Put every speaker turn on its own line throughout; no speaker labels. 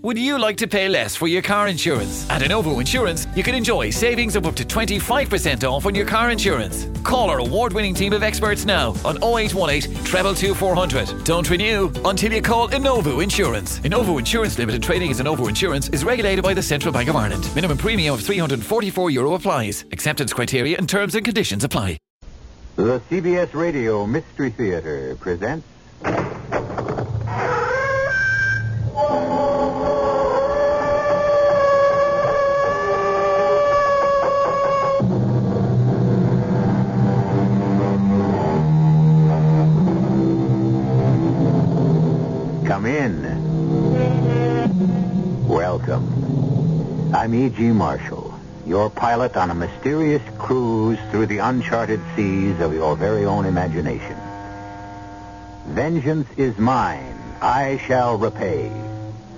Would you like to pay less for your car insurance? At Anovo Insurance, you can enjoy savings of up to 25% off on your car insurance. Call our award-winning team of experts now on 0818 22400. Don't renew until you call Inovo Insurance. Inovo Insurance Limited trading as Inovo Insurance is regulated by the Central Bank of Ireland. Minimum premium of 344 euro applies. Acceptance criteria and terms and conditions apply.
The CBS Radio Mystery Theater presents Come in. Welcome. I'm E.G. Marshall, your pilot on a mysterious cruise through the uncharted seas of your very own imagination. Vengeance is mine, I shall repay,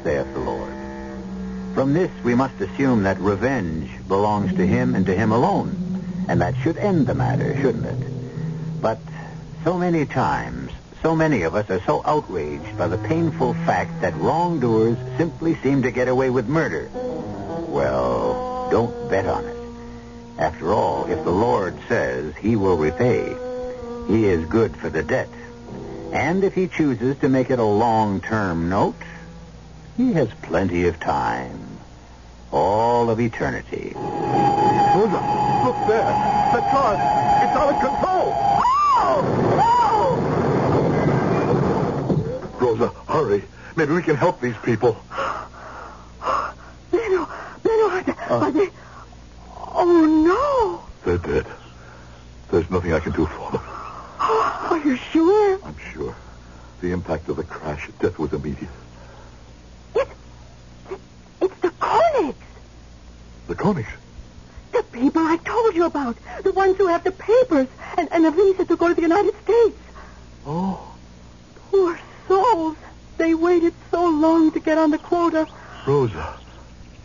saith the Lord. From this we must assume that revenge belongs to him and to him alone, and that should end the matter, shouldn't it? But so many times, so many of us are so outraged by the painful fact that wrongdoers simply seem to get away with murder. Well, don't bet on it. After all, if the Lord says he will repay, he is good for the debt. And if he chooses to make it a long-term note, he has plenty of time. All of eternity. Hold on. Look there. The car. It's out of control. Oh! Oh!
Rosa, hurry. Maybe we can help these people.
Leno, Leno, are they, are they... Oh,
They're dead. There's nothing I can do for them.
Oh,
no. Are you sure?
I'm sure. The impact of the crash, death was immediate.
It's the Cornics.
The Koenigs.
The people I told you about. The ones who have the papers and, and a visa to go to the United States.
Oh,
Poor souls. They waited so long to get on the quota.
Rosa,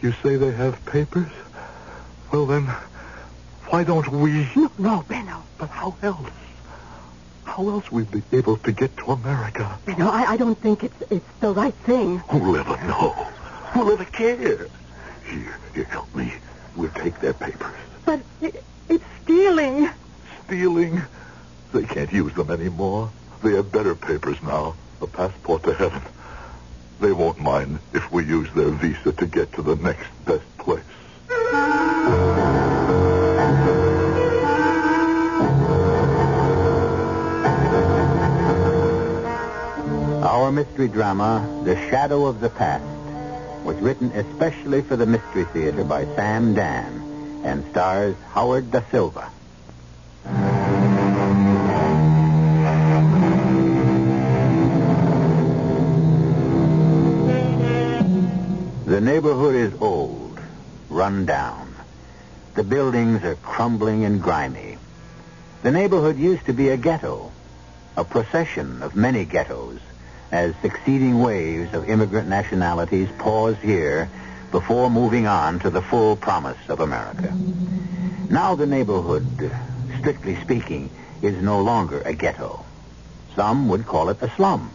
you say they have papers? Well, then, why don't we?
No, no, Benno.
But how else? How else we'd be able to get to America?
Benno, I, I don't think it's it's the right thing.
Who'll ever know? Who'll ever care? Here, here, help me. We'll take their papers.
But it, it's stealing.
Stealing? They can't use them anymore. They have better papers now. A passport to heaven. They won't mind if we use their visa to get to the next best place.
Our mystery drama, The Shadow of the Past, was written especially for the Mystery Theater by Sam Dan and stars Howard Da Silva. The neighborhood is old, run down. The buildings are crumbling and grimy. The neighborhood used to be a ghetto, a procession of many ghettos, as succeeding waves of immigrant nationalities paused here before moving on to the full promise of America. Now the neighborhood, strictly speaking, is no longer a ghetto. Some would call it a slum.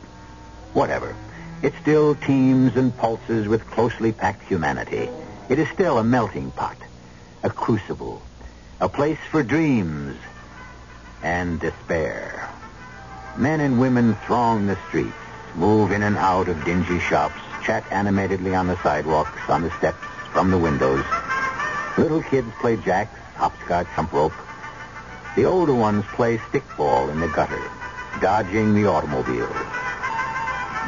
Whatever. It still teems and pulses with closely packed humanity. It is still a melting pot, a crucible, a place for dreams and despair. Men and women throng the streets, move in and out of dingy shops,
chat animatedly on the sidewalks, on the steps, from the windows. Little kids play jacks, hopscotch, jump rope. The older ones play stickball in the gutter, dodging the automobiles.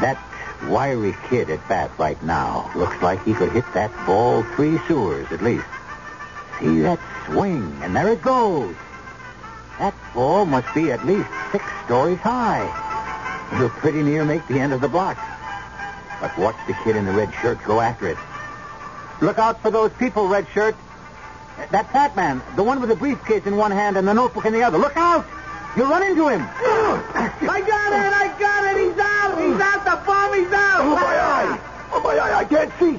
That wiry kid at bat right now looks like he could hit that ball three sewers at least. See that swing, and there it goes. That ball must be at least six stories high. It'll pretty near make the end of the block. But watch the kid in the red shirt go after it. Look out for those people, red shirt. That fat man, the one with the briefcase in one hand and the notebook in the other. Look out! You'll run into him.
I got it! I got it! He's out! He's out! The bomb! He's out!
Oh, my eye! Oh, my eye! I can't see!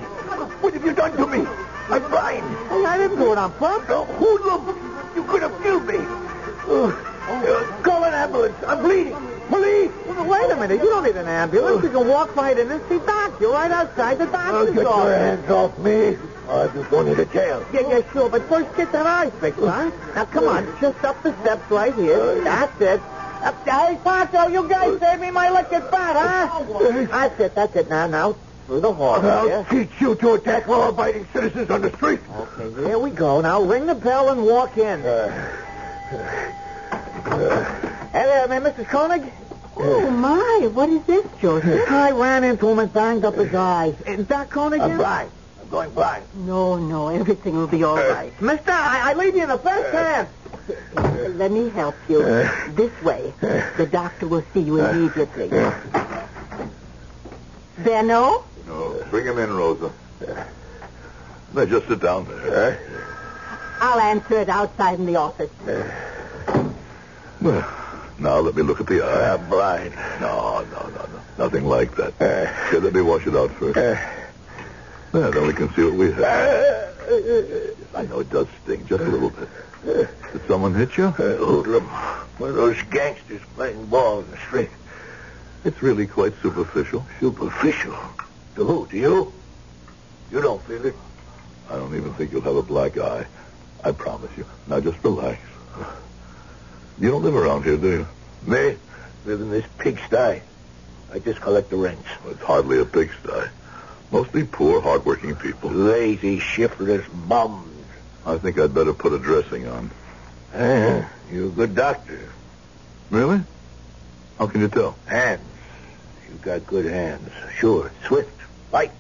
What have you done to me? I'm blind!
I didn't do it on pump.
No, hoodlum! You could have killed me! Uh,
Oh,
uh, call an ambulance! I'm bleeding! Marie!
Wait a minute. You don't need an ambulance. You can walk right in and see Doc. You're right outside the
Oh,
doctor's
get your
office.
hands off me! I'm just going into jail.
Yeah, yeah, sure. But first, get that eye fixed, huh? Now, come on. Just up the steps right here. That's it. Up the, hey, Paco, you
Uh.
guys saved me my liquor bat, huh? That's it. That's it. Now, now, through the hall.
I'll
yeah?
teach you to attack law-abiding citizens on the street.
Okay, here we go. Now, ring the bell and walk in.
Uh.
Hey there, man, Mrs. Koenig? Oh, my. What is this, Joseph? I ran into him and banged up his eye. Is that Koenig?
I'm
in?
blind. I'm going blind.
No, no, everything will be all right. Mister, I, I leave you in the best hands. Let me help you. This way. The doctor will see you immediately. Benno?
No, bring him in, Rosa. Now, just sit down there.
I'll answer it outside in the office.
Well, now let me look at the eye. I'm Ah, blind. Eh? No, no, no, no. Nothing like that. Here, let me wash it out first. There, then we can see what we have. I know it does sting, just a little bit. Did someone hit you? hoodlum. One of those gangsters playing ball in the street. It's really quite superficial. Superficial? To who? To you? You don't feel it. I don't even think you'll have a black eye. I promise you. Now just relax. You don't live around here, do you? Me? Live in this pigsty. I just collect the rents. it's hardly a pigsty. Mostly poor, hardworking people. Lazy, shiftless bums. I think I'd better put a dressing on. you're Uh-huh. a good doctor. Really? How can you tell? Hands. You've got good hands. Sure. Swift. Bite.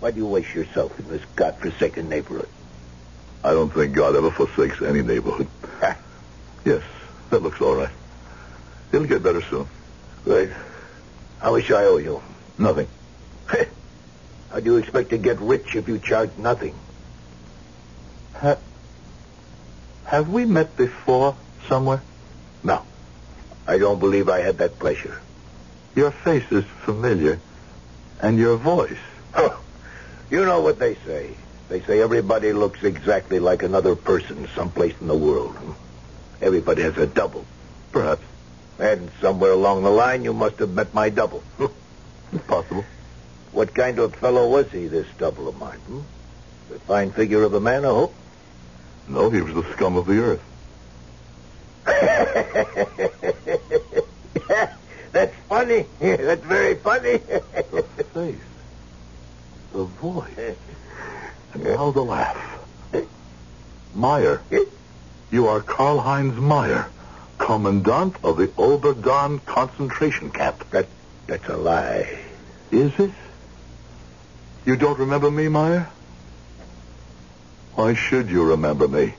Why do you waste yourself in this godforsaken neighborhood? I don't think God ever forsakes any neighborhood. yes, that looks all right. It'll get better soon. Great. How much I owe you? Nothing. How do you expect to get rich if you charge nothing? Ha- have we met before somewhere? No. I don't believe I had that pleasure. Your face is familiar, and your voice. Oh, you know what they say. They say everybody looks exactly like another person someplace in the world. Everybody has a double. Perhaps. And somewhere along the line, you must have met my double. it's possible. What kind of fellow was he, this double of mine? Hmm? The fine figure of a man, I hope? No, he was the scum of the earth. That's funny. That's very funny. the face. The voice. And now the laugh. Meyer. You are Karl Heinz Meyer, commandant of the Oberdorn concentration camp. That, that's a lie. Is it? You don't remember me, Meyer? Why should you remember me?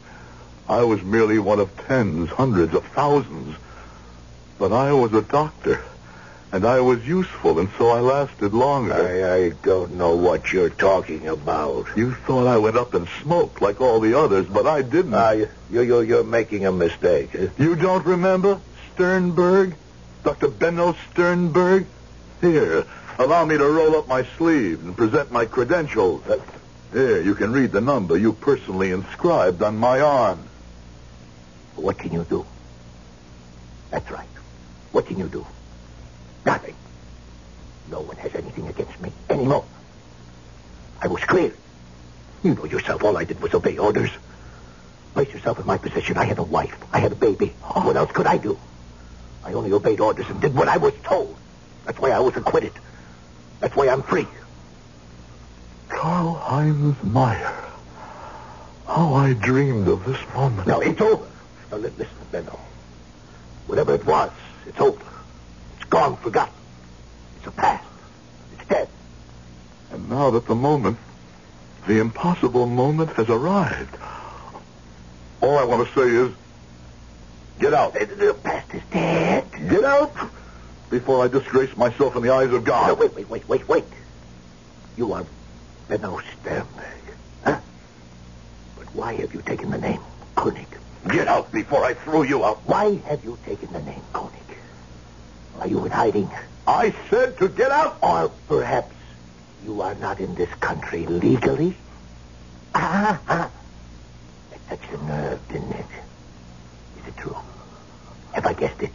I was merely one of tens, hundreds, of thousands. But I was a doctor, and I was useful, and so I lasted longer. I, I don't know what you're talking about. You thought I went up and smoked like all the others, but I didn't. you, you, you're making a mistake. You don't remember Sternberg? Dr. Benno Sternberg? Here, allow me to roll up my sleeve and present my credentials. Here, you can read the number you personally inscribed on my arm. What can you do? That's right. What can you do? Nothing. No one has anything against me anymore. I was clear. You know yourself, all I did was obey orders. Place yourself in my position. I had a wife. I had a baby. What else could I do? I only obeyed orders and did what I was told. That's why I was acquitted. That's why I'm free. Karl Heinz Meyer. How I dreamed of this moment.
No, it's over. Now, li- listen, Benno. Whatever it was, it's over. It's gone, forgotten. It's a past. It's dead.
And now that the moment, the impossible moment has arrived. All I want to say is, get out. The past is dead. Get out before I disgrace myself in the eyes of God.
No, wait, wait, wait, wait, wait. You are Benno Sternberg, huh? But why have you taken the name Koenig? Get out before I throw you out. Why have you taken the name Koenig? Are you in hiding? I said to get out. Or perhaps you are not in this country legally? Ah, ah. It touched a nerve, didn't it? Is it true? Have I guessed it?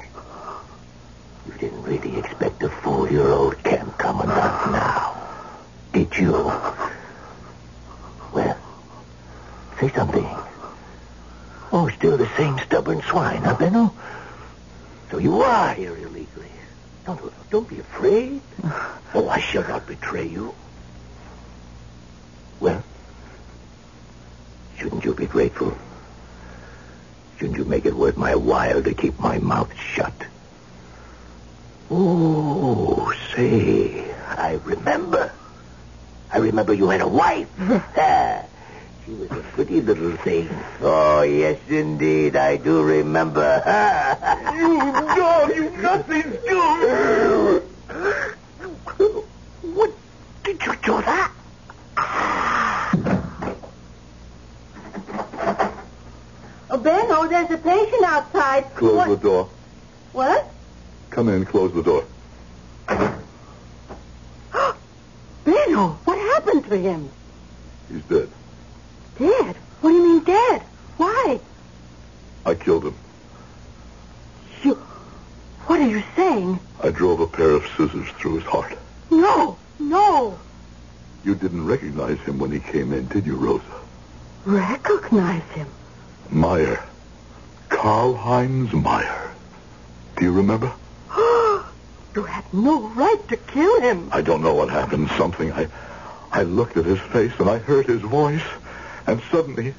You didn't really expect a four-year-old camp commandant now, did you? Well, say something. Oh, still the same stubborn swine, huh, Benno? So you are here illegally. Don't, don't be afraid. Oh, I shall not betray you. Well, shouldn't you be grateful? Shouldn't you make it worth my while to keep my mouth shut? Oh, say, I remember. I remember you had a wife. Ah, she was a pretty little thing. Oh, yes, indeed, I do remember. you dog, you nothing dog. What did you do that?
Oh, Benno, there's a patient outside.
Close the door.
What?
Come in, close the door.
Benno, what happened to him?
He's dead.
Dead? What do you mean dead? Why?
I killed him.
You. What are you saying?
I drove a pair of scissors through his heart.
No, no.
You didn't recognize him when he came in, did you, Rosa?
Recognize him.
Meyer. Karl Heinz Meyer. Do you remember?
You had no right to kill him.
I don't know what happened. Something. I, I looked at his face and I heard his voice, and suddenly,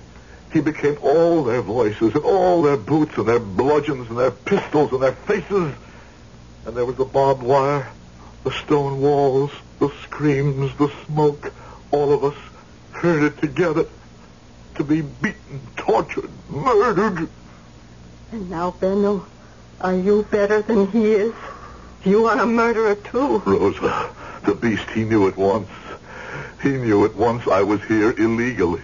he became all their voices and all their boots and their bludgeons and their pistols and their faces. And there was the barbed wire, the stone walls, the screams, the smoke. All of us herded together to be beaten, tortured, murdered.
And now, Benno, are you better than he is? You are a murderer, too.
Rosa, the beast, he knew at once. He knew at once I was here illegally.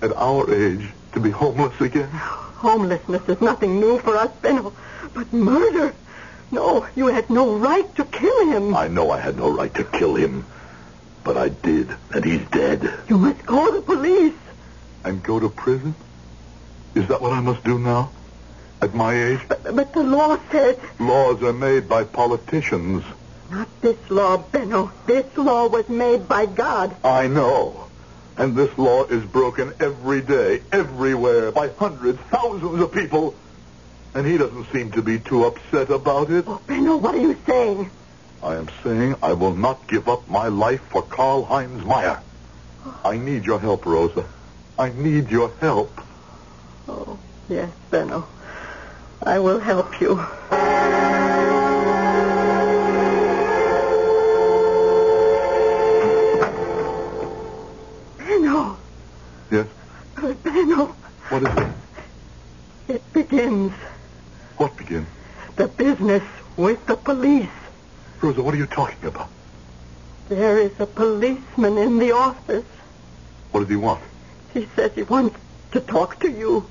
At our age, to be homeless again.
Homelessness is nothing new for us, Benno. But murder? No, you had no right to kill him.
I know I had no right to kill him, but I did, and he's dead.
You must call the police.
And go to prison? Is that what I must do now? At my age?
But the law says
Laws are made by politicians.
not this law, Benno. This law was made by God.
I know. And this law is broken every day, everywhere, by hundreds, thousands of people. And he doesn't seem to be too upset about it.
Oh, Benno, what are you saying?
I am saying I will not give up my life for Karl Heinz Meyer. I need your help, Rosa. I need your help.
Oh, yes, Benno. I will help you. Benno,
Yes?
uh, Benno,
What is it?
it begins.
What begins?
The business with the police.
Rosa, what are you talking about?
There is a policeman in the office.
What does he want?
He says he wants to talk to you.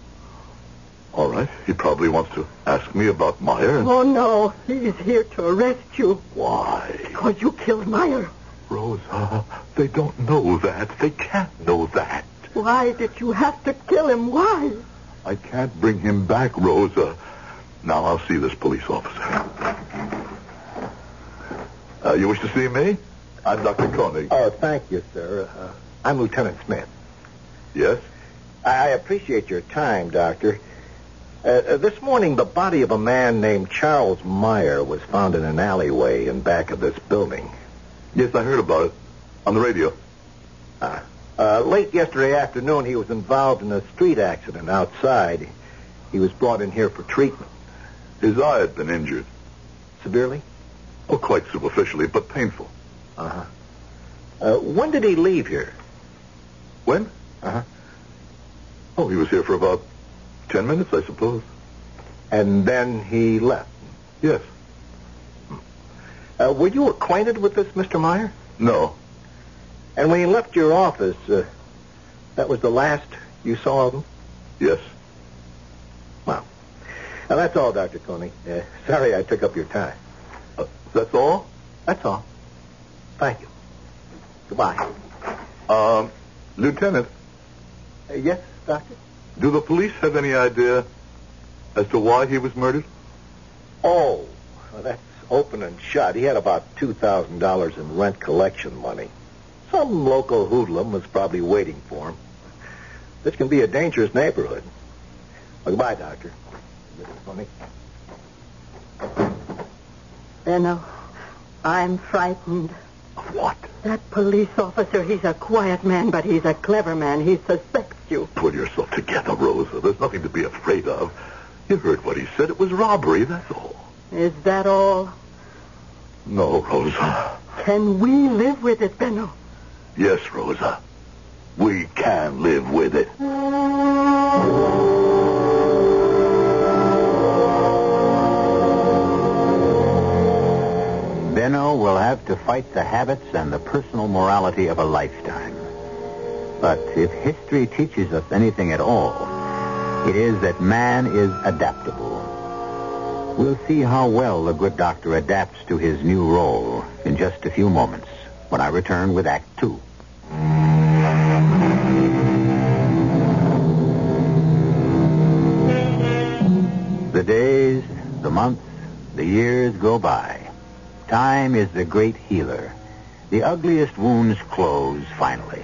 All right. He probably wants to ask me about Meyer. and-
Oh, no. He is here to arrest you
Why?
because you killed Meyer.
Rosa, they don't know that. They can't know that.
Why did you have to kill him? Why?
I can't bring him back, Rosa. Now I'll see this police officer. Uh, you wish to see me? I'm Dr. Koenig.
Oh, thank you, sir. Uh, I'm Lieutenant Smith.
Yes?
I, I appreciate your time, Doctor. Uh, uh, this morning, the body of a man named Charles Meyer was found in an alleyway in back of this building.
Yes, I heard about it on the radio.
Ah. Uh, late yesterday afternoon, he was involved in a street accident outside. He was brought in here for treatment.
His eye had been injured.
Severely?
Oh, quite superficially, but painful.
Uh-huh. Uh, when did he leave here?
When?
Uh-huh.
Oh, he was here for about ten minutes, I suppose.
And then he left?
Yes.
Uh, were you acquainted with this Mr. Meyer?
No.
And when he left your office, uh, that was the last you saw of him?
Yes.
Wow. Now, that's all, Dr. Coney. Uh, sorry I took up your time.
Uh, that's all?
That's all. Thank you. Goodbye.
Um, Lieutenant.
Uh, yes, Doctor?
Do the police have any idea as to why he was murdered?
Oh, well, that's open and shut. He had about $2,000 in rent collection money. Some local hoodlum was probably waiting for him. This can be a dangerous neighborhood. Well, goodbye, Doctor. Funny.
Benno, uh, I'm frightened.
Of what?
That police officer, he's a quiet man, but he's a clever man. He suspects you.
Pull yourself together, Rosa. There's nothing to be afraid of. You heard what he said. It was robbery, that's all.
Is that all?
No, Rosa.
Can we live with it, Benno?
Yes, Rosa. We can live with it.
Benno will have to fight the habits and the personal morality of a lifetime. But if history teaches us anything at all, it is that man is adaptable. We'll see how well the good doctor adapts to his new role in just a few moments when I return with Act Two. The days, the months, the years go by. Time is the great healer. The ugliest wounds close finally.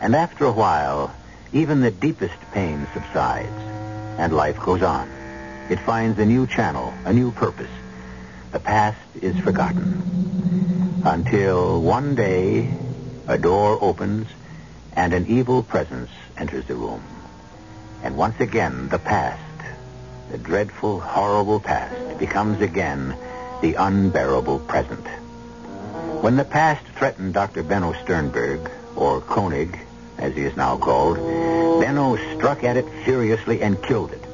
And after a while, even the deepest pain subsides, and life goes on. It finds a new channel, a new purpose. The past is forgotten. Until one day, a door opens and an evil presence enters the room. And once again, the past, the dreadful, horrible past, becomes again the unbearable present. When the past threatened Dr. Benno Sternberg, or Koenig, as he is now called, Benno struck at it furiously and killed it.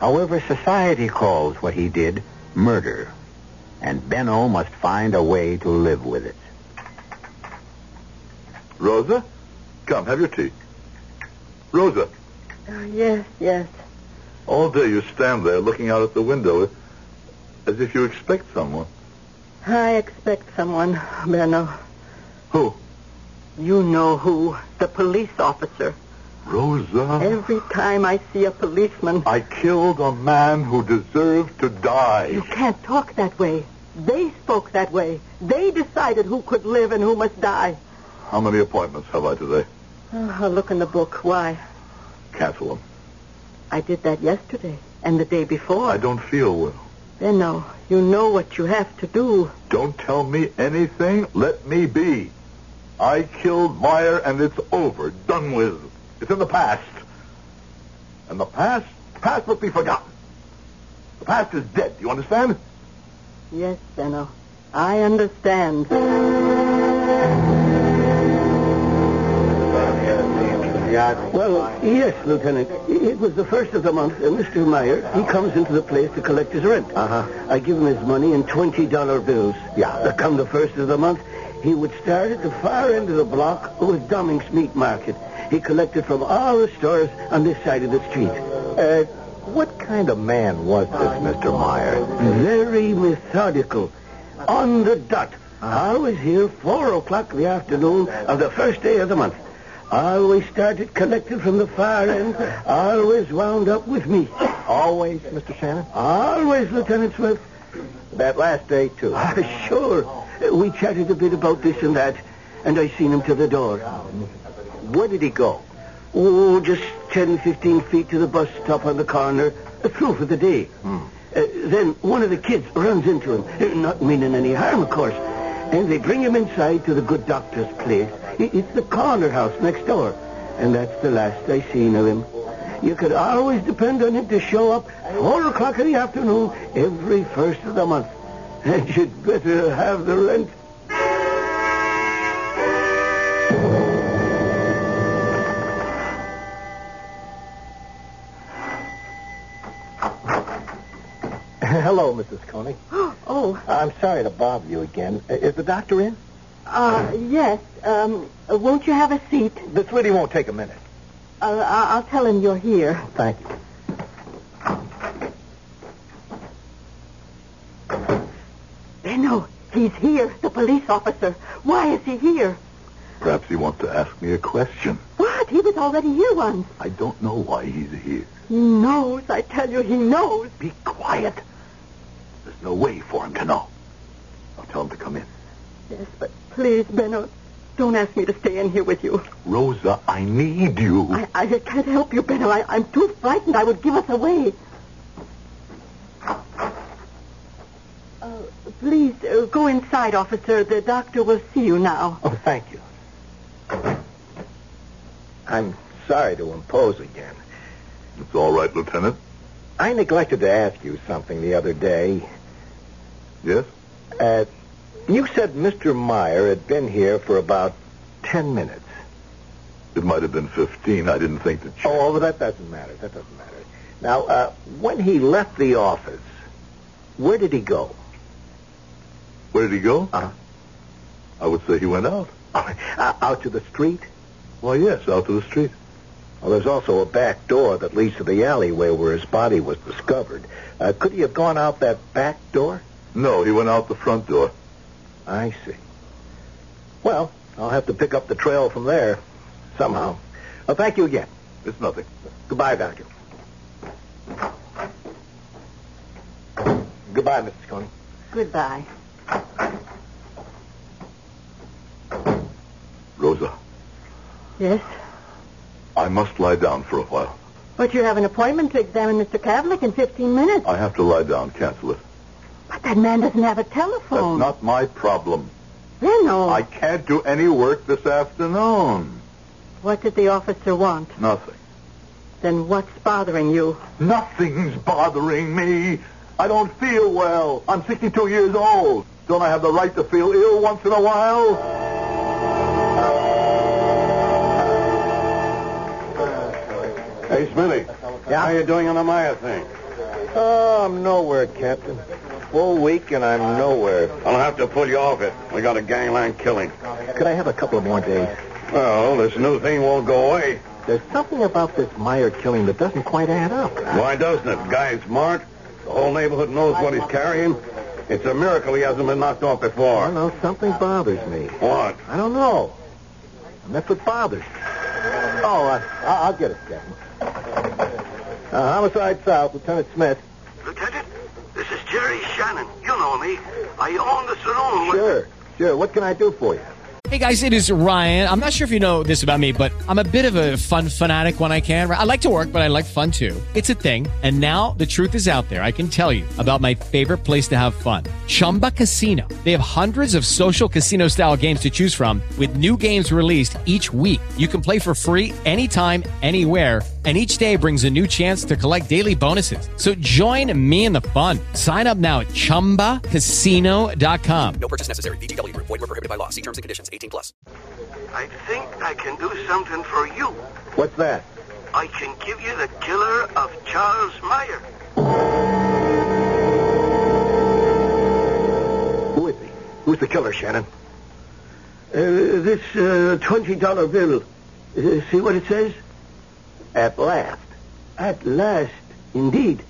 However, society calls what he did murder, and Benno must find a way to live with it.
Rosa, come, have your tea. Rosa.
Uh, yes, yes.
All day you stand Oh, there looking out at the window as if you expect someone.
I expect someone, Benno.
Who?
You know who. The police officer.
Rosa.
Every time I see a policeman.
I killed a man who deserved to die.
You can't talk that way. They spoke that way. They decided who could live and who must die.
How many appointments have I today?
Oh, I'll look in the book. Why?
Cancel them.
I did that yesterday and the day before.
I don't feel well.
Benno, you know what you have to do.
Don't tell me anything. Let me be. I killed Meyer, and it's over. Done with. It's in the past. And the past, past must be forgotten. The past is dead. Do you understand?
Yes, Benno. I understand.
Well, yes, Lieutenant. It was the first of the month, and Mr. Meyer, he comes into the place to collect his rent.
Uh-huh.
I give him his money in $20 bills. Uh,
Yeah.
Come the first of the month, he would start at the far end of the block with Domink's Meat Market. He collected from all the stores on this side of the street.
Uh, what kind of man was this, Mr. Meyer?
Very methodical. On the dot. I was here 4 o'clock in the afternoon of the first day of the month. Always started collecting from the far end. Always wound up with me.
Always, Mr. Shannon?
Always, Lieutenant Swift.
That last day, too.
Ah, sure. We chatted a bit about this and that, and I seen him to the door.
Where did he go?
Oh, just 10, 15 feet to the bus stop on the corner.
uh,
Through for the day.
Hmm. uh,
Uh, then one of the kids runs into him, not meaning any harm, of course.
And they bring him inside to the good doctor's place. I- It's the corner house next door. And that's the last I seen of him. You could always depend on him to show up four o'clock in the afternoon every first of the month. And you'd better have the rent.
Hello, Mrs. Coney.
Oh,
I'm sorry to bother you again. Uh, Is the doctor in?
uh, yes. Um, uh, won't you have a seat?
This really won't take a minute.
Uh, I- I'll tell him you're here.
Thank you.
Benno, he's here, the police officer. Why is he here?
Perhaps he wants to ask me a question.
What? He was already here once.
I don't know why he's here.
He knows. I tell you, he knows.
Be quiet. There's no way for him to know. I'll tell him to come in.
Yes, but please, Benno, don't ask me to stay in here with you.
Rosa, I need you.
I, I can't help you, Benno. I, I'm too frightened. I would give us away. Uh, please, uh, go inside, officer. The doctor will see you now.
Oh, thank you. I'm sorry to impose again.
It's all right, Lieutenant.
I neglected to ask you something the other day.
Yes?
Uh, you said Mr. Meyer had been here for about ten minutes.
It might have been 15. I didn't think that you...
Oh, well, that doesn't matter. That doesn't matter. Now, uh, when he left the office, where did he go?
Where did he go?
Uh-huh.
I would say he went out.
Uh, out to the street?
Why, yes, out to the street.
Well, there's also a back door that leads to the alleyway where his body was discovered. Uh, could he have gone out that back door?
No, he went out the front door.
I see. Well, I'll have to pick up the trail from there somehow. Well, thank you again.
It's nothing.
Goodbye, Doctor. Goodbye, Mrs. Coney.
Goodbye.
Rosa,
Yes?
I must lie down for a while.
But you have an appointment to examine Mr. Kavlik in 15 minutes.
I have to lie down. Cancel it.
But that man doesn't have a
That's
telephone.
not my problem.
Benno,
I can't do any work this afternoon.
what did the officer want?
Nothing.
Then what's bothering you?
Nothing's bothering me. I don't feel well. I'm 62 years old. Don't I have the right to feel ill once in a while?
Hey, Smitty.
Yeah?
How you doing on the Maya thing?
Oh, I'm nowhere, Captain. Full week and I'm nowhere.
I'll have to pull you off it. We got a gangland killing.
Could I have a couple of more days?
Well, this new thing won't go away.
There's something about this Meyer killing that doesn't quite add up.
Why doesn't it? Guy's smart. The whole neighborhood knows what he's carrying. It's a miracle he hasn't been knocked off
I
before.
don't know. Something bothers me.
What?
I don't know. And that's what bothers me. Oh, uh, I- I'll get it, Captain. Uh, Homicide South, Lieutenant Smith.
Lieutenant, this is Jerry Shannon. You know me. I own the saloon.
Sure, sure. What can I do for you?
Hey guys, it is Ryan. I'm not sure if you know this about me, but I'm a bit of a fun fanatic when I can. I like to work, but I like fun too. It's a thing. And now the truth is out there. I can tell you about my favorite place to have fun Chumba Casino. They have hundreds of social casino style games to choose from, with new games released each week. You can play for free anytime, anywhere. And each day brings a new chance to collect daily bonuses. So join me in the fun. Sign up now at chumbacasino.com.
No purchase necessary. VGW Group. Void were prohibited by law. See terms and conditions. 18 plus.
I think I can do something for you.
What's that?
I can give you the killer of Charles Meyer.
Who is he? Who's the killer, Shannon?
Uh, this uh, $20 bill. Uh, see what it says?
At last.
At last, indeed.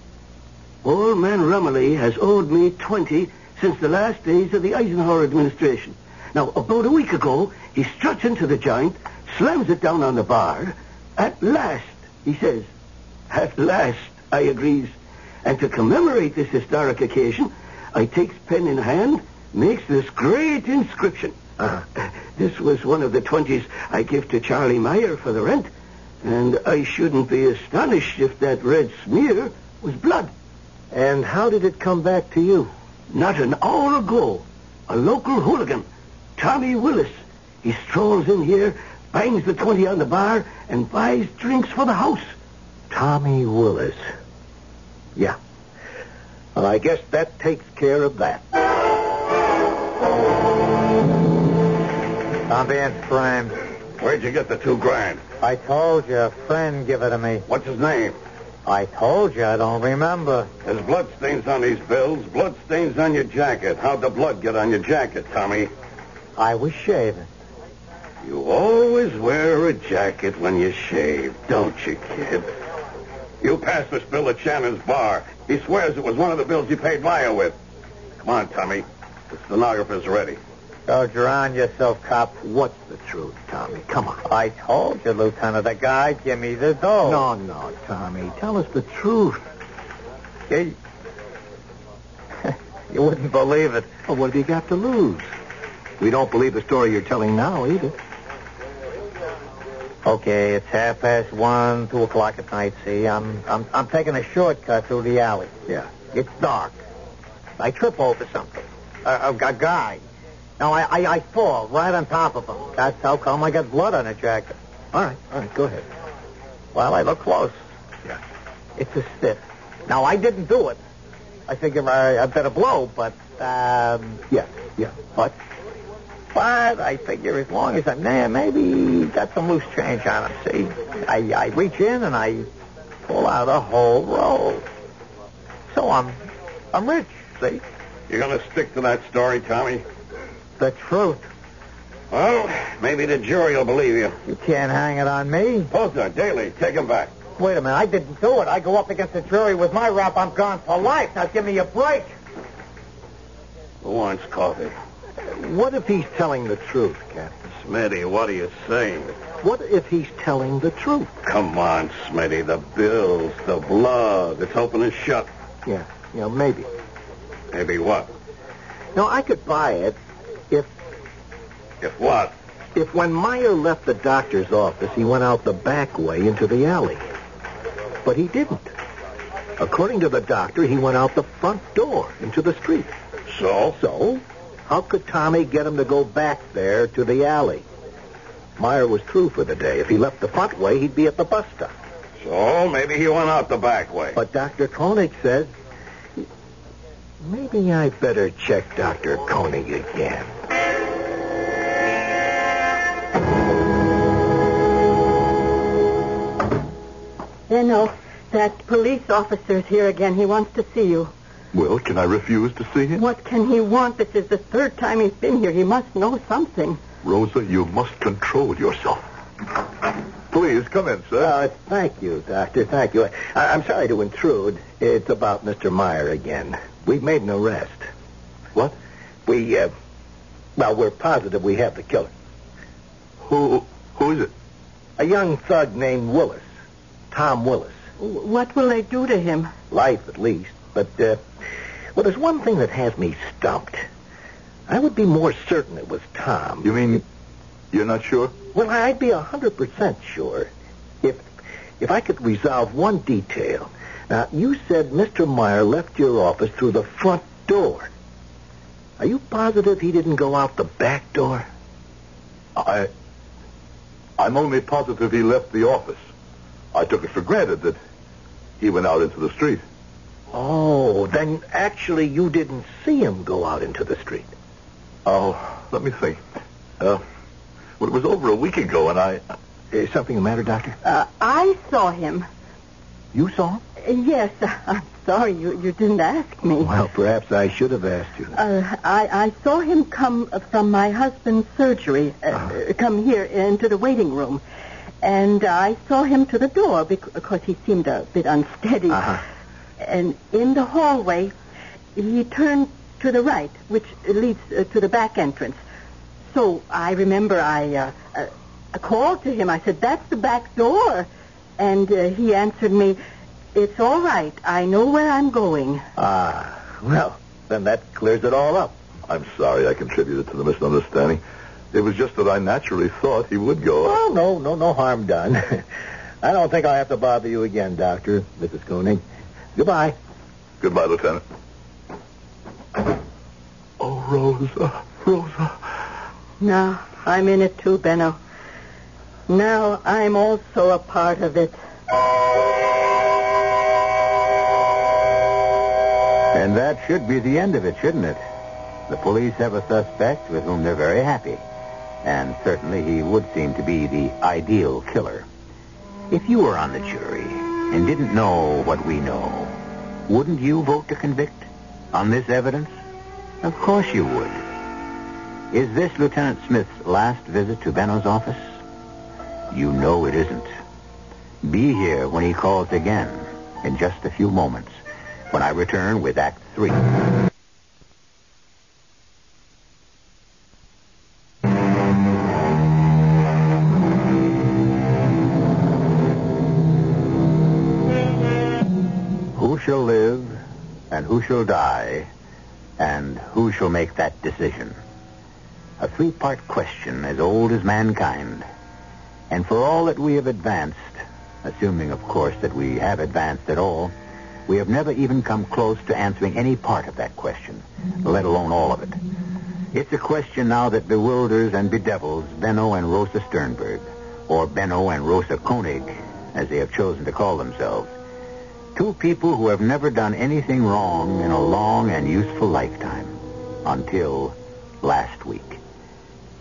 Old man Romilly has owed me 20 since the last days of the Eisenhower administration. Now, about a week ago, he struts into the joint, slams it down on the bar. At last, he says. At last, I agrees. And to commemorate this historic occasion, I takes pen in hand, makes this great inscription. This was one of the 20s I give to Charlie Meyer for the rent. And I shouldn't be astonished if that red smear was blood.
And how did it come back to you?
Not an hour ago, a local hooligan Tommy Willis. He strolls in here, bangs the 20 on the bar, and buys drinks for the house.
Tommy Willis.
Yeah.
Well, I guess that takes care of that. I'm being framed.
Where'd you get the two grand?
I told you a friend give it to me.
What's his name?
I told you I don't remember.
There's bloodstains on these bills, bloodstains on your jacket. How'd the blood get on your jacket, Tommy?
I was shaving.
You always wear a jacket when you shave, don't you, kid? You passed this bill at Shannon's bar. He swears it was one of the bills you paid Maya with. Come on, Tommy. The stenographer's ready.
Go drown yourself, cop.
What's the truth, Tommy? Come on.
I told you, Lieutenant, the guy give me the dough.
No, no, Tommy. Tell us the truth.
You, you wouldn't believe it.
Well, what have you got to lose? We don't believe the story you're telling now either.
Okay, it's half past one, two o'clock at night. See, I'm I'm I'm taking a shortcut through the alley.
Yeah.
It's dark. I trip over something. A, a, a guy. No, I, I I fall right on top of him. That's how come I got blood on the jacket.
All right, all right, go ahead.
Well, I look close.
Yeah.
It's a stiff. Now I didn't do it. I figure I, I better blow, but um,
yeah, yeah.
But but I figure as long as I'm there, maybe got some loose change on him, see? I, I reach in and I pull out a whole roll. So I'm I'm rich, see?
You're gonna stick to that story, Tommy?
The truth.
Well, maybe the jury will believe you.
You can't hang it on me.
Posner, Daly, take him back.
Wait a minute, I didn't do it. I go up against the jury with my rap, I'm gone for life. Now give me a break.
Who wants coffee?
What if he's telling the truth, Captain?
Smitty, what are you saying?
What if he's telling the truth?
Come on, Smitty. The bills, the blood. It's open and shut.
Yeah, you know, maybe.
Maybe what?
No, I could buy it if.
If what?
If when Meyer left the doctor's office, he went out the back way into the alley. But he didn't. According to the doctor, he went out the front door into the street.
So?
So, how could Tommy get him to go back there to the alley? Meyer was through for the day. If he left the front way, he'd be at the bus stop.
So maybe he went out the back way.
But Dr. Koenig says. Maybe I better check Dr. Koenig again.
Benno, that police officer's here again. He wants to see you.
Well, can I refuse to see him?
What can he want? This is the third time he's been here. He must know something.
Rosa, you must control yourself. Please, come in, sir.
Uh, thank you, Doctor. Thank you. I- I'm sorry to intrude. It's about Mr. Meyer again. We've made an arrest.
What?
We, uh, well, we're positive we have the killer.
Who, who is it?
A young thug named Willis. Tom Willis.
What will they do to him?
Life, at least. But, uh, well, there's one thing that has me stumped. I would be more certain it was Tom.
You mean you're not sure?
Well, I'd be 100% sure if if I could resolve one detail. Now, you said Mr. Meyer left your office through the front door. Are you positive he didn't go out the back door?
I, I'm only positive he left the office. I took it for granted that he went out into the street.
Oh, then actually you didn't see him go out into the street.
Oh, let me think. Uh, well, it was over a week ago, and I.
Is something the matter, Doctor?
Uh, I saw him.
You saw him?
Yes, I'm sorry you, you didn't ask me.
Well, perhaps I should have asked you.
Uh, I, I saw him come from my husband's surgery, uh,
Uh-huh.
uh. come here into the waiting room. And I saw him to the door because he seemed a bit unsteady.
Uh-huh.
And in the hallway, he turned to the right, which leads uh, to the back entrance. So I remember I, uh, I called to him. I said, that's the back door. And uh, he answered me, it's all right. I know where I'm going.
Ah, well, then that clears it all up.
I'm sorry I contributed to the misunderstanding. It was just that I naturally thought he would go.
Oh, no, no, no harm done. I don't think I'll have to bother you again, Doctor, Mrs. Koenig. Goodbye.
Goodbye, Lieutenant. Oh, Rosa, Rosa,
Now I'm in it too, Benno. Now I'm also a part of it.
And that should be the end of it, shouldn't it? The police have a suspect with whom they're very happy. And certainly he would seem to be the ideal killer. If you were on the jury and didn't know what we know, wouldn't you vote to convict on this evidence? Of course you would. Is this Lieutenant Smith's last visit to Benno's office? You know it isn't. Be here when he calls again in just a few moments when I return with Act Three. Who shall live and who shall die and who shall make that decision? A three-part question as old as mankind. And for all that we have advanced, assuming, of course, that we have advanced at all, we have never even come close to answering any part of that question, let alone all of it. It's a question now that bewilders and bedevils Benno and Rosa Sternberg, or Benno and Rosa Koenig, as they have chosen to call themselves. Two people who have never done anything wrong in a long and useful lifetime, until last week.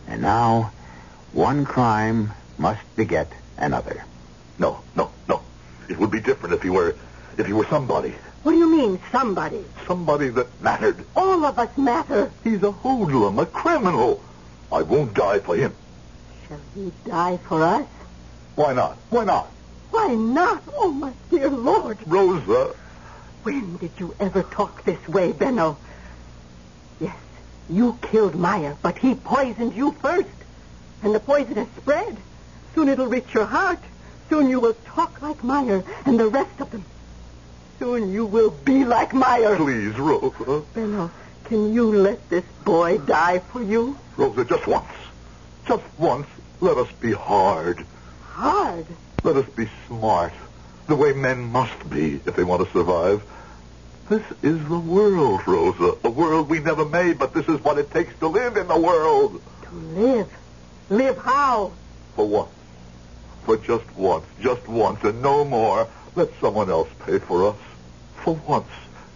And now, one crime must beget another.
No, no, no. It would be different if he were if he were somebody.
What do you mean, somebody?
Somebody that mattered.
All of us matter.
He's a hoodlum, a criminal. I won't die for him.
Shall he die for us?
Why not? Why not?
Why not? Oh, my dear Lord.
Rosa.
When did you ever talk this way, Benno? Yes, you killed Meyer, but he poisoned you first. And the poison has spread. Soon it'll reach your heart. Soon you will talk like Meyer and the rest of them. Soon you will be like Meyer.
Please, Rosa.
Benno, can you let this boy die for you?
Rosa, just once. Just once. Let us be hard.
Hard?
Let us be smart. The way men must be if they want to survive. This is the world, Rosa. A world we never made, but this is what it takes to live in the world.
To live? Live how?
For once. For just once. Just once and no more. Let someone else pay for us. For once.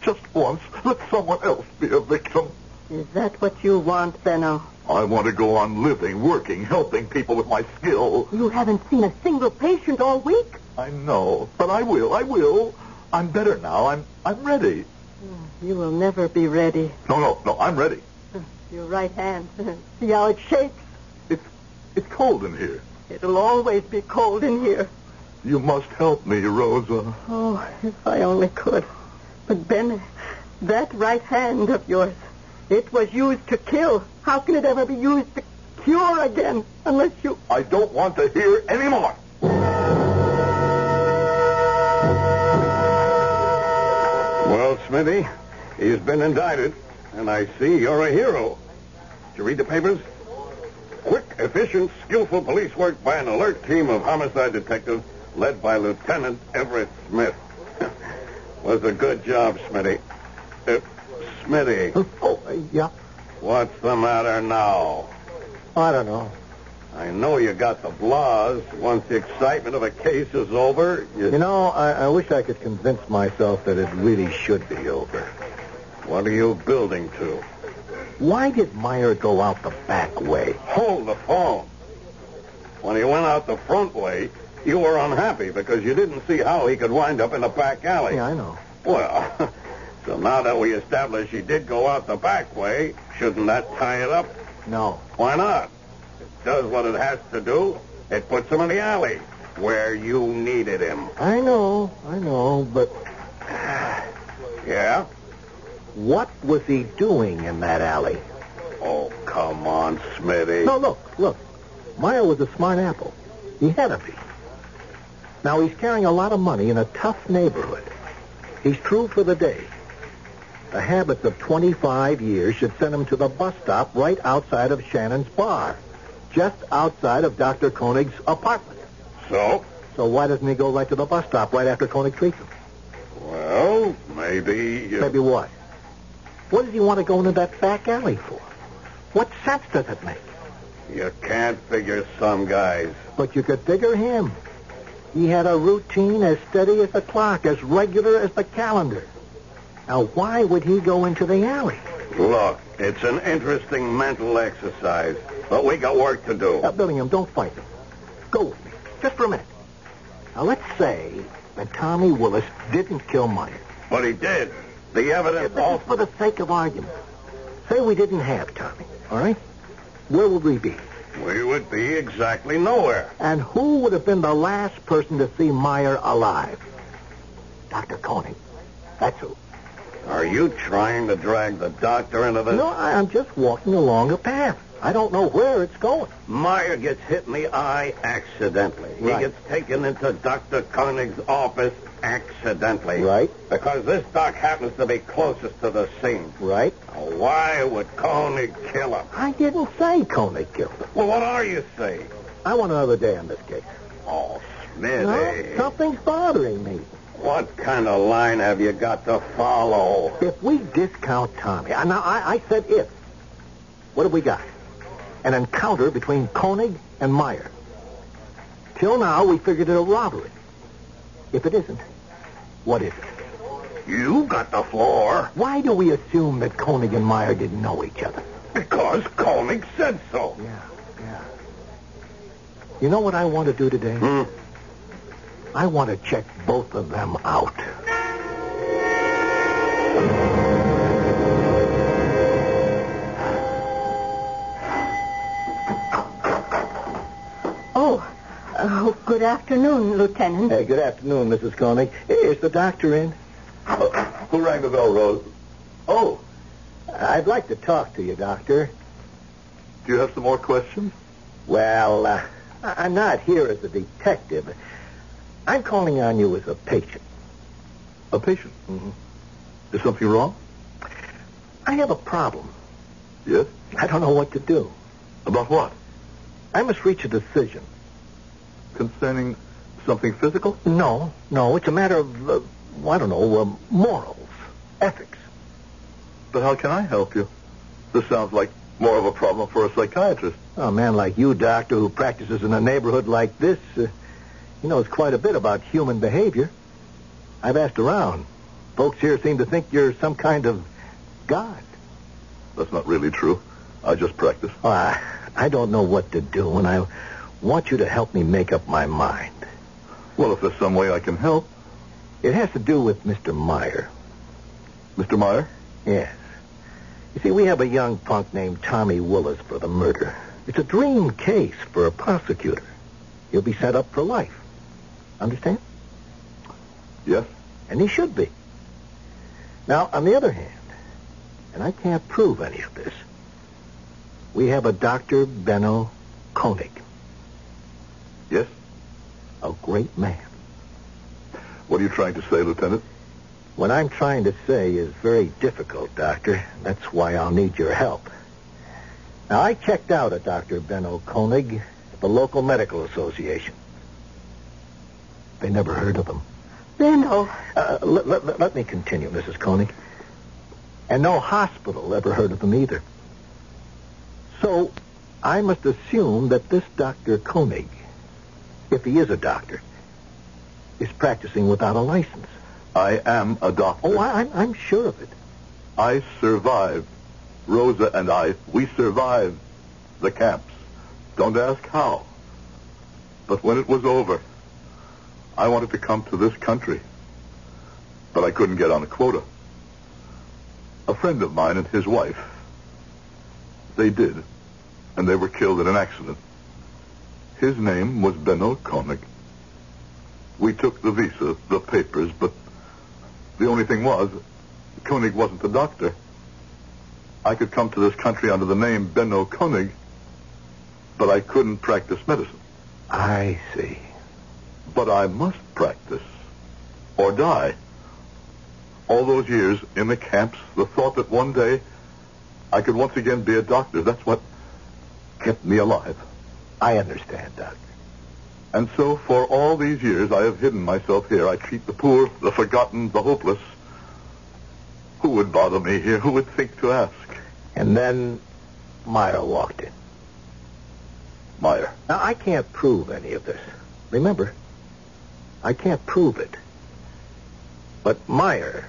Just once. Let someone else be a victim.
Is that what you want, Benno?
I want to go on living, working, helping people with my skill.
You haven't seen a single patient all week.
I know, but I will. I will. I'm better now. I'm I'm ready.
Oh, You will never be ready.
No, no, no. I'm ready.
Your right hand. See how it shakes.
It's it's cold in here.
It'll always be cold in here.
You must help me, Rosa.
Oh, if I only could. But Ben, that right hand of yours, it was used to kill. How can it ever be used to cure again unless you
I don't want to hear any more.
Well, Smithy, he's been indicted, and I see you're a hero. Did you read the papers? Quick, efficient, skillful police work by an alert team of homicide detectives led by Lieutenant Everett Smith. Was a good job, Smitty. Uh, Smitty,
Oh, uh, yeah.
what's the matter now?
I don't know.
I know you got the blahs. Once the excitement of a case is over, you...
You know, I, I wish I could convince myself that it really should be over.
What are you building to?
Why did Meyer go out the back way?
Hold the phone. When he went out the front way, you were unhappy because you didn't see how he could wind up in the back alley.
Yeah, I know.
Well, so now that we establish he did go out the back way, shouldn't that tie it up?
No.
Why not? It does what it has to do. It puts him in the alley where you needed him.
I know, Oh, I know, but
Yeah?
what was he doing in that alley?
Oh, come on, Smitty.
No, look, look. Meyer was a smart apple. He had to be. Now he's carrying a lot of money in a tough neighborhood. He's through for the day. The habits of 25 years should send him to the bus stop right outside of Shannon's bar, just outside of Dr. Koenig's apartment.
So?
So why doesn't he go right to the bus stop right after Koenig treats him?
Well, maybe. uh,
Maybe what? What does he want to go into that back alley for? What sense does it make?
You can't figure some guys.
But you could figure him. He had a routine as steady as the clock, as regular as the calendar. Now, why would he go into the alley?
Look, it's an interesting mental exercise, but we got work to do.
Now, Billingham, don't fight me. Go with me, just for a minute. Now, let's say that Tommy Willis didn't kill Meyer.
But he did. The evidence.
This is for the sake of argument. Say we didn't have Tommy, all right? Where would we be?
We would be exactly nowhere.
And who would have been the last person to see Meyer alive? Dr. Koenig. That's who.
Are you trying to drag the doctor into this?
No, I- I'm just walking along a path. I don't know where it's going.
Meyer gets hit in the eye accidentally.
Right.
He gets taken into Dr. Koenig's office accidentally.
Right.
Because this doc happens to be closest to the scene.
Right.
Now, Why would Koenig kill him?
I didn't say Koenig killed him.
Well, what are you saying?
I want another day on this case.
Oh,
No,
Smithy.
something's bothering me.
What kind of line have you got to follow?
If we discount Tommy, I- now I, I said if. What have we got? An encounter between Koenig and Meyer. Till now, we figured it a robbery. If it isn't, what is it?
You got the floor
Why do we assume that Koenig and Meyer didn't know each other?
because Koenig said so.
Yeah, yeah. You know what I want to do today?
Hmm.
I want to check both of them out.
Oh, oh, good afternoon, Lieutenant.
Hey, good afternoon, Mrs. Koenig. Is the doctor in?
Oh,
who rang the bell, Rose?
Oh, I'd like to talk to you, Doctor.
Do you have some more questions?
Well, uh, I- I'm not here as a detective. I'm calling on you as a patient.
A patient.
Mhm.
Is something wrong?
I have a problem.
Yes.
I don't know what to do.
About what?
I must reach a decision.
Concerning something physical?
No, no, it's a matter of, uh, well, I don't know, uh, morals, ethics.
But how can I help you? This sounds like more of a problem for a psychiatrist.
A man like you, doctor, who practices in a neighborhood like this, uh, he knows quite a bit about human behavior. I've asked around. Folks here seem to think you're some kind of god.
That's not really true. I just practice.
Well, Oh, I, I don't know what to do, and I want you to help me make up my mind.
Well, if there's some way I can help,
It has to do with Mr. Meyer.
Mr. Meyer.
Yes. You see, we have a young punk named Tommy Willis for the murder. It's a dream case for a prosecutor. He'll be set up for life. Understand?
Yes.
And he should be. Now, on the other hand, and I can't prove any of this, we have a Dr. Benno Koenig,
Yes.
a great man.
What are you trying to say, Lieutenant?
What I'm trying to say is very difficult, Doctor. That's why I'll need your help. Now, I checked out a Dr. Benno Koenig at the local medical association. They never heard of him.
Benno,
Uh, let, let- let me continue, Mrs. Koenig. And no hospital ever heard of him either. So I must assume that this Dr. Koenig, if he is a doctor, is practicing without a license.
I am a doctor.
Oh, I, I'm, I'm sure of it.
I survived. Rosa and I, we survived the camps. Don't ask how. But when it was over, I wanted to come to this country. But I couldn't get on a quota. A friend of mine and his wife, they did, and they were killed in an accident. His name was Benno Koenig. We took the visa, the papers, but the only thing was, Koenig wasn't the doctor. I could come to this country under the name Benno Koenig, but I couldn't practice medicine.
I see.
But I must practice, or die. All those years in the camps, the thought that one day I could once again be a doctor, that's what kept me alive.
I understand, Doctor.
And so, for all these years, I have hidden myself here. I treat the poor, the forgotten, the hopeless. Who would bother me here? Who would think to ask?
And then Meyer walked in.
Meyer.
Now, I can't prove any of this. Remember, I can't prove it. But Meyer,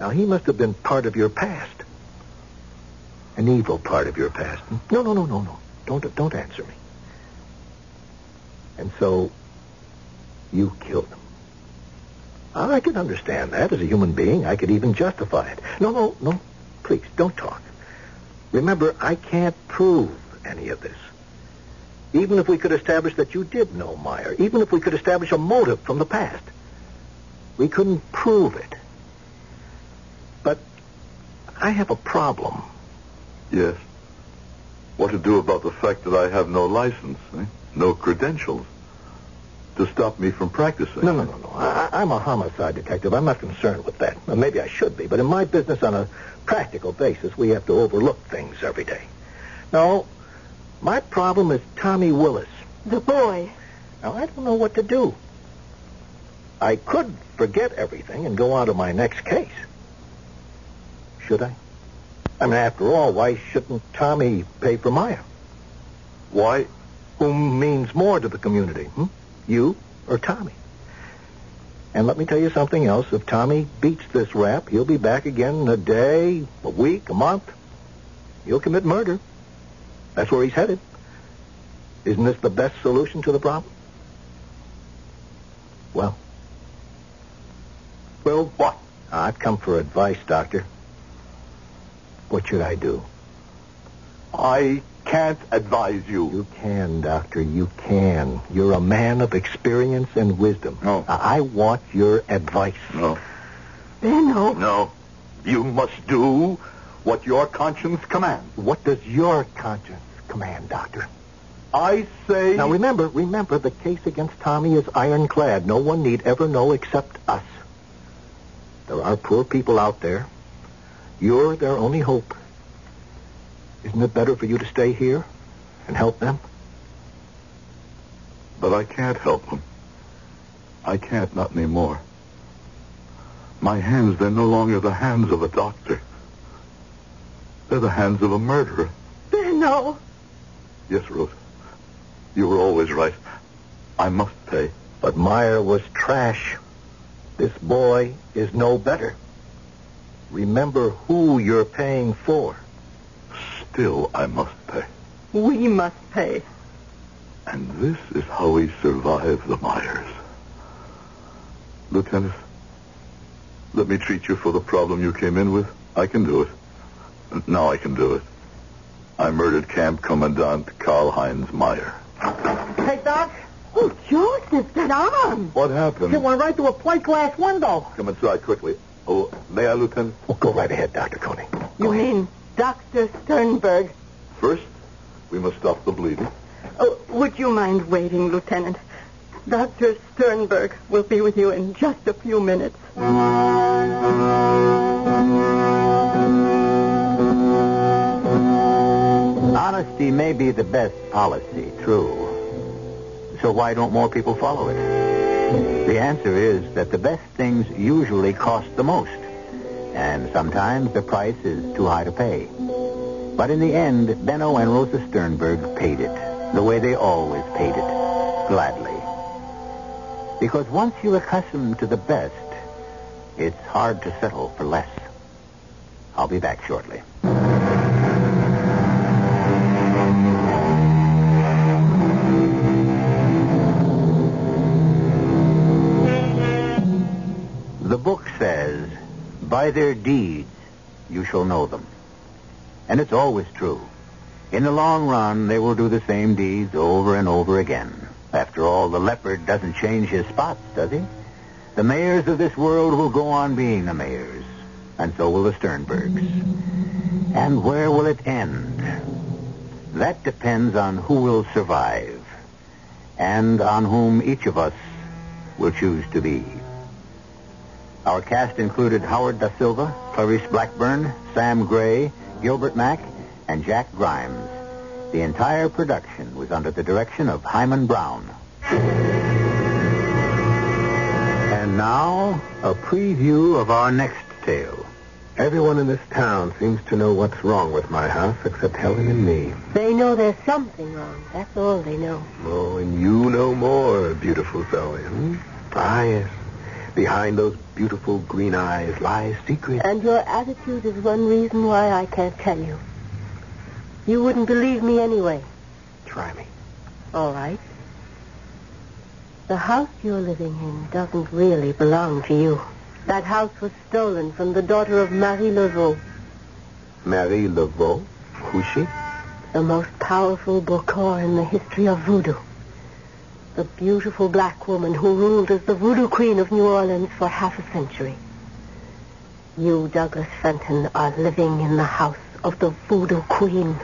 now he must have been part of your past. An evil part of your past. No, no, no, no, no. Don't, don't answer me. And so, you killed him. I can understand that as a human being. I could even justify it. No, no, no. Please, don't talk. Remember, I can't prove any of this. Even if we could establish that you did know Meyer, even if we could establish a motive from the past, we couldn't prove it. But I have a problem.
Yes. What to do about the fact that I have no license, eh? no credentials, to stop me from practicing?
No, no, no, no. I, I'm a homicide detective. I'm not concerned with that. Now, maybe I should be, but in my business, on a practical basis, we have to overlook things every day. No, my problem is Tommy Willis.
The boy.
Now, I don't know what to do. I could forget everything and go on to my next case. Should I? I mean, after all, why shouldn't Tommy pay for Maya?
Why?
Whom means more to the community, hmm? you or Tommy? And let me tell you something else. If Tommy beats this rap, he'll be back again in a day, a week, a month. He'll commit murder. That's where he's headed. Isn't this the best solution to the problem? Well. Well, what? I've come for advice, Doctor. What should I do?
I can't advise you.
You can, Doctor. You can. You're a man of experience and wisdom.
No.
I, I want your advice.
No.
Benno.
No. You must do what your conscience commands.
What does your conscience command, Doctor?
I say.
Now remember, remember, the case against Tommy is ironclad. No one need ever know except us. There are poor people out there. You're their only hope. Isn't it better for you to stay here and help them?
But I can't help them. I can't, not anymore. My hands, they're no longer the hands of a doctor. They're the hands of a murderer.
No.
Yes, Ruth. You were always right. I must pay.
But Meyer was trash. This boy is no better. Remember who you're paying for.
Still, I must pay.
We must pay.
And this is how we survive the Myers. Lieutenant, let me treat you for the problem you came in with. I can do it. Now I can do it. I murdered Camp Commandant Karl Heinz Meyer.
Hey, Doc.
Oh, Joseph, that arm.
What happened?
It went right through a plate glass window.
Come inside quickly. Oh, may I, Lieutenant?
Oh, go right ahead, Dr. Coney.
You mean Dr. Sternberg?
First, we must stop the bleeding.
Oh, would you mind waiting, Lieutenant? Dr. Sternberg will be with you in just a few minutes.
Honesty may be the best policy, true. So why don't more people follow it? The answer is that the best things usually cost the most, and sometimes the price is too high to pay. But in the end, Benno and Rosa Sternberg paid it, the way they always paid it, gladly. Because once you're accustomed to the best, it's hard to settle for less. I'll be back shortly. The book says, by their deeds you shall know them. And it's always true. In the long run, they will do the same deeds over and over again. After all, the leopard doesn't change his spots, does he? The mayors of this world will go on being the mayors, and so will the Sternbergs. And where will it end? That depends on who will survive, and on whom each of us will choose to be. Our cast included Howard Da Silva, Clarice Blackburn, Sam Gray, Gilbert Mack, and Jack Grimes. The entire production was under the direction of Hyman Brown. And now, a preview of our next tale.
Everyone in this town seems to know what's wrong with my house except Helen and me.
They know there's something wrong. That's all they know.
Oh, and you know more, beautiful Zoe. Hmm? Ah, yes. Behind those beautiful green eyes lies secret.
And your attitude is one reason why I can't tell you. You wouldn't believe me anyway.
Try me.
All right. The house you're living in doesn't really belong to you. That house was stolen from the daughter of Marie Laveau,
Marie Laveau? Who's she?
the most powerful Bokor in the history of voodoo. The beautiful black woman who ruled as the voodoo queen of New Orleans for half a century. You, Douglas Fenton, are living in the house of the voodoo queen.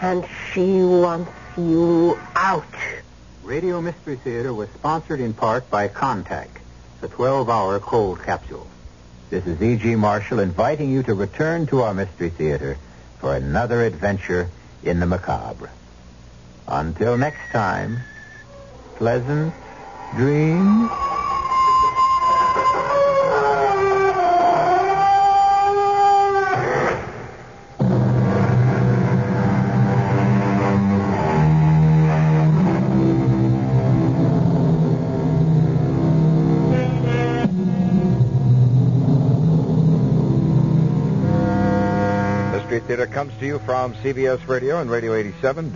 And she wants you out.
Radio Mystery Theater was sponsored in part by Contact, the 12-hour cold capsule. This is E.G. Marshall inviting you to return to our Mystery Theater for another adventure in the macabre. Until next time, pleasant dreams. Mystery Theater comes to you from CBS Radio and Radio 87.